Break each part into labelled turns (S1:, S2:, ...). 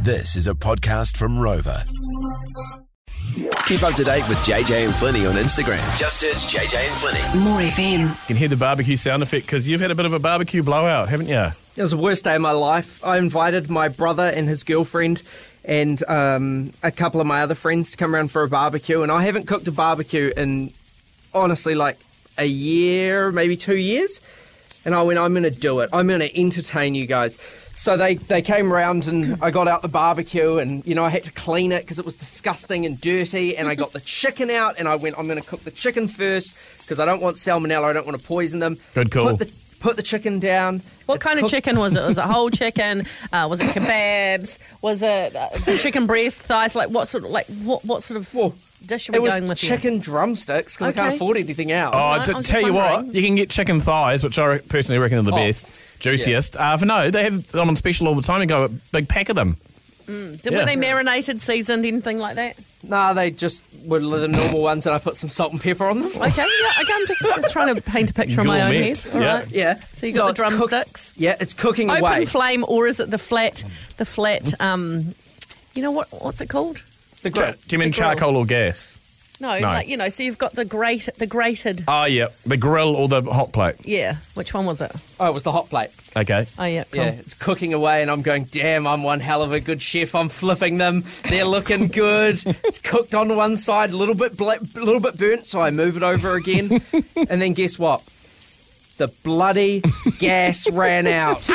S1: This is a podcast from Rover. Keep up to date with JJ and Flinny on Instagram. Just search JJ and Flinny.
S2: More FM.
S3: can hear the barbecue sound effect because you've had a bit of a barbecue blowout, haven't you?
S4: It was the worst day of my life. I invited my brother and his girlfriend and um, a couple of my other friends to come around for a barbecue, and I haven't cooked a barbecue in honestly like a year, maybe two years. And I went, I'm going to do it. I'm going to entertain you guys. So they, they came round and I got out the barbecue and, you know, I had to clean it because it was disgusting and dirty. And I got the chicken out and I went, I'm going to cook the chicken first because I don't want salmonella. I don't want to poison them.
S3: Good call.
S4: Put the, put the chicken down.
S5: What
S4: It's
S5: kind of
S4: cooked-
S5: chicken was it? Was it whole chicken? Uh, was it kebabs? Was it uh, chicken breast thighs? Like what sort of like what what sort of
S4: Well,
S5: dish are we
S4: It was
S5: going with? here?
S4: chicken drumsticks because I can't
S5: Okay.
S4: afford anything else.
S3: Oh,
S5: No,
S3: to
S5: I was just
S3: tell you what,
S5: wondering.
S3: you can get chicken thighs, which I re- personally reckon are the
S4: Oh,
S3: best, juiciest. Uh, for no, they have them on special all the time. You go a big pack of them.
S5: Did,
S3: yeah.
S5: Were they marinated, seasoned, anything like that?
S4: Nah, they just were the normal ones, and I put some salt and pepper on them.
S5: Okay, yeah. Okay, I'm just, just trying to paint a picture in my own
S3: Gourmet,
S5: head. All right.
S3: yeah.
S4: Yeah.
S5: So you got the
S4: it's cook-
S5: drumsticks.
S4: yeah, it's cooking
S5: Open
S4: away.
S5: flame, or is it the flat? The flat. Um, you know what? What's it called?
S4: the
S3: Do
S4: grill.
S3: you mean
S5: The grill.
S3: charcoal or gas?
S5: No,
S3: No.
S5: like you know. So you've got the grate, the grated.
S4: Uh,
S3: Oh, yeah, the grill or the hot plate.
S5: Yeah. Which one was it?
S4: Oh, it was the hot plate.
S3: Okay.
S5: Oh yeah. Cool.
S4: Yeah, it's cooking away, and I'm going, damn, I'm one hell of a good chef. I'm flipping them. They're looking good. it's cooked on one side, a little bit black, a little bit burnt, so I move it over again. and then guess what? The bloody gas ran out.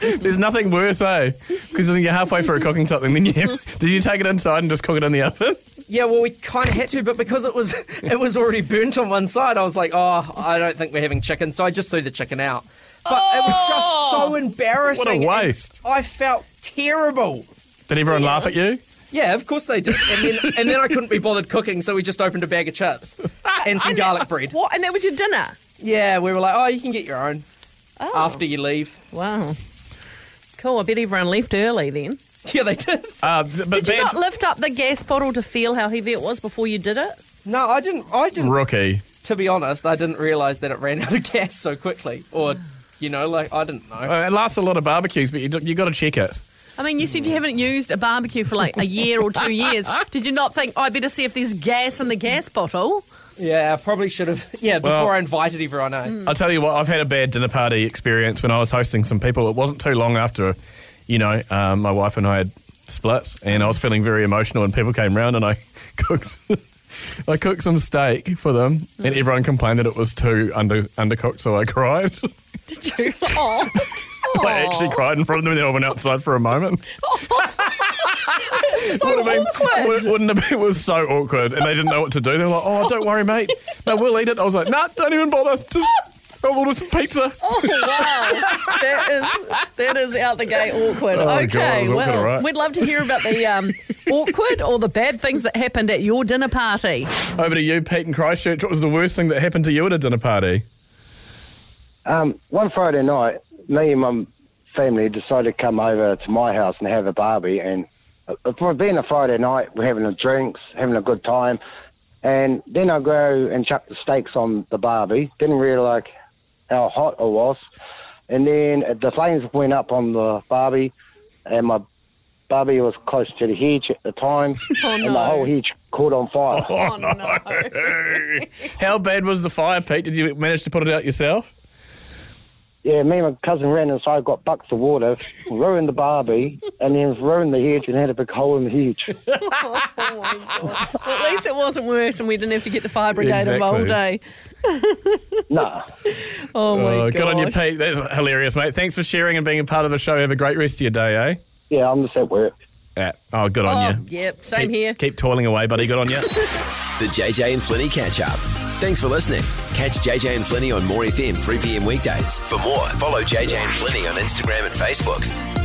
S3: There's nothing worse, eh? Because you're halfway through cooking something, then you have, did you take it inside and just cook it in the oven?
S4: Yeah, well, we kind of had to, but because it was it was already burnt on one side, I was like, oh, I don't think we're having chicken, so I just threw the chicken out. But it was just so embarrassing. and
S3: waste.
S4: I felt terrible.
S3: Did everyone laugh at you?
S4: Yeah, of course they did. And then, and then I couldn't be bothered cooking, so we just opened a bag of chips and some garlic bread.
S5: What? And that was your dinner.
S4: Yeah, we were like, oh, you can get your own after you leave.
S5: Wow. Cool. I bet everyone left early then.
S4: Yeah, they did.
S3: Uh, th- but
S5: Did you
S3: bad-
S5: not lift up the gas bottle to feel how heavy it was before you did it?
S4: no, I didn't. I didn't.
S3: rookie.
S4: To be honest, I didn't realise that it ran out of gas so quickly, or you know, like I didn't know.
S3: Uh, it lasts a lot of barbecues, but you, do- you got to check it.
S5: I mean, you said you haven't used a barbecue for like a year or two years. Did you not think, oh, I better see if there's gas in the gas bottle?
S4: Yeah, I probably should have. Yeah, before
S3: Well-
S4: I invited everyone. Eh?
S3: I'll tell you what, I've had a bad dinner party experience when I was hosting some people. It wasn't too long after, you know, um, my wife and I had split, and I was feeling very emotional, and people came round and I cooked. I cooked some steak for them, and everyone complained that it was too under undercooked, so I cried.
S5: Did you? Oh.
S3: I actually cried in front of them, and then I went outside for a moment. so would
S5: Oh, awkward.
S3: wouldn't have been, it was so awkward, and they didn't know what to do. They were like, "Oh, don't worry, mate. No, we'll eat it." I was like, "Nah, don't even bother. Just I'll order some pizza."
S5: Oh, wow. That is, that is out the gate awkward.
S3: Oh,
S5: okay,
S3: God, that was awkward,
S5: well,
S3: all right.
S5: we'd love to hear about the um, awkward or the bad things that happened at your dinner party.
S3: Over to you, Pete in Christchurch. What was the worst thing that happened to you at a dinner party?
S6: Um, one Friday night, me and my family decided to come over to my house and have a barbie. And uh, for being a Friday night, we're having a drinks, having a good time. And then I go and chuck the steaks on the barbie. Didn't realise how hot it was. And then uh, the flames went up on the barbie, and my barbie was close to the hedge at the time,
S5: Oh,
S6: and
S5: no.
S6: the whole hedge caught on fire.
S5: Oh, no.
S3: How bad was the fire, Pete? Did you manage to put it out yourself?
S6: Yeah, me and my cousin ran inside, got buckets of water, ruined the Barbie, and then ruined the hedge and had a big hole in the hedge.
S5: Well, at least it wasn't worse and we didn't have to get the fire brigade
S3: Exactly.
S5: involved, eh?
S6: nah.
S5: Oh, my
S3: Uh,
S5: God.
S3: good on you, Pete. That's hilarious, mate. Thanks for sharing and being a part of the show. Have a great rest of your day, eh?
S6: Yeah, I'm just at work.
S3: Yeah. Oh, good on
S5: Oh,
S3: you.
S5: yep, same
S3: keep,
S5: here.
S3: Keep toiling away, buddy. Good on you.
S1: The JJ and Flinny catch up. Thanks for listening. Catch JJ and Flinny on More FM 3 p.m. weekdays. For more, follow JJ and Flinny on Instagram and Facebook.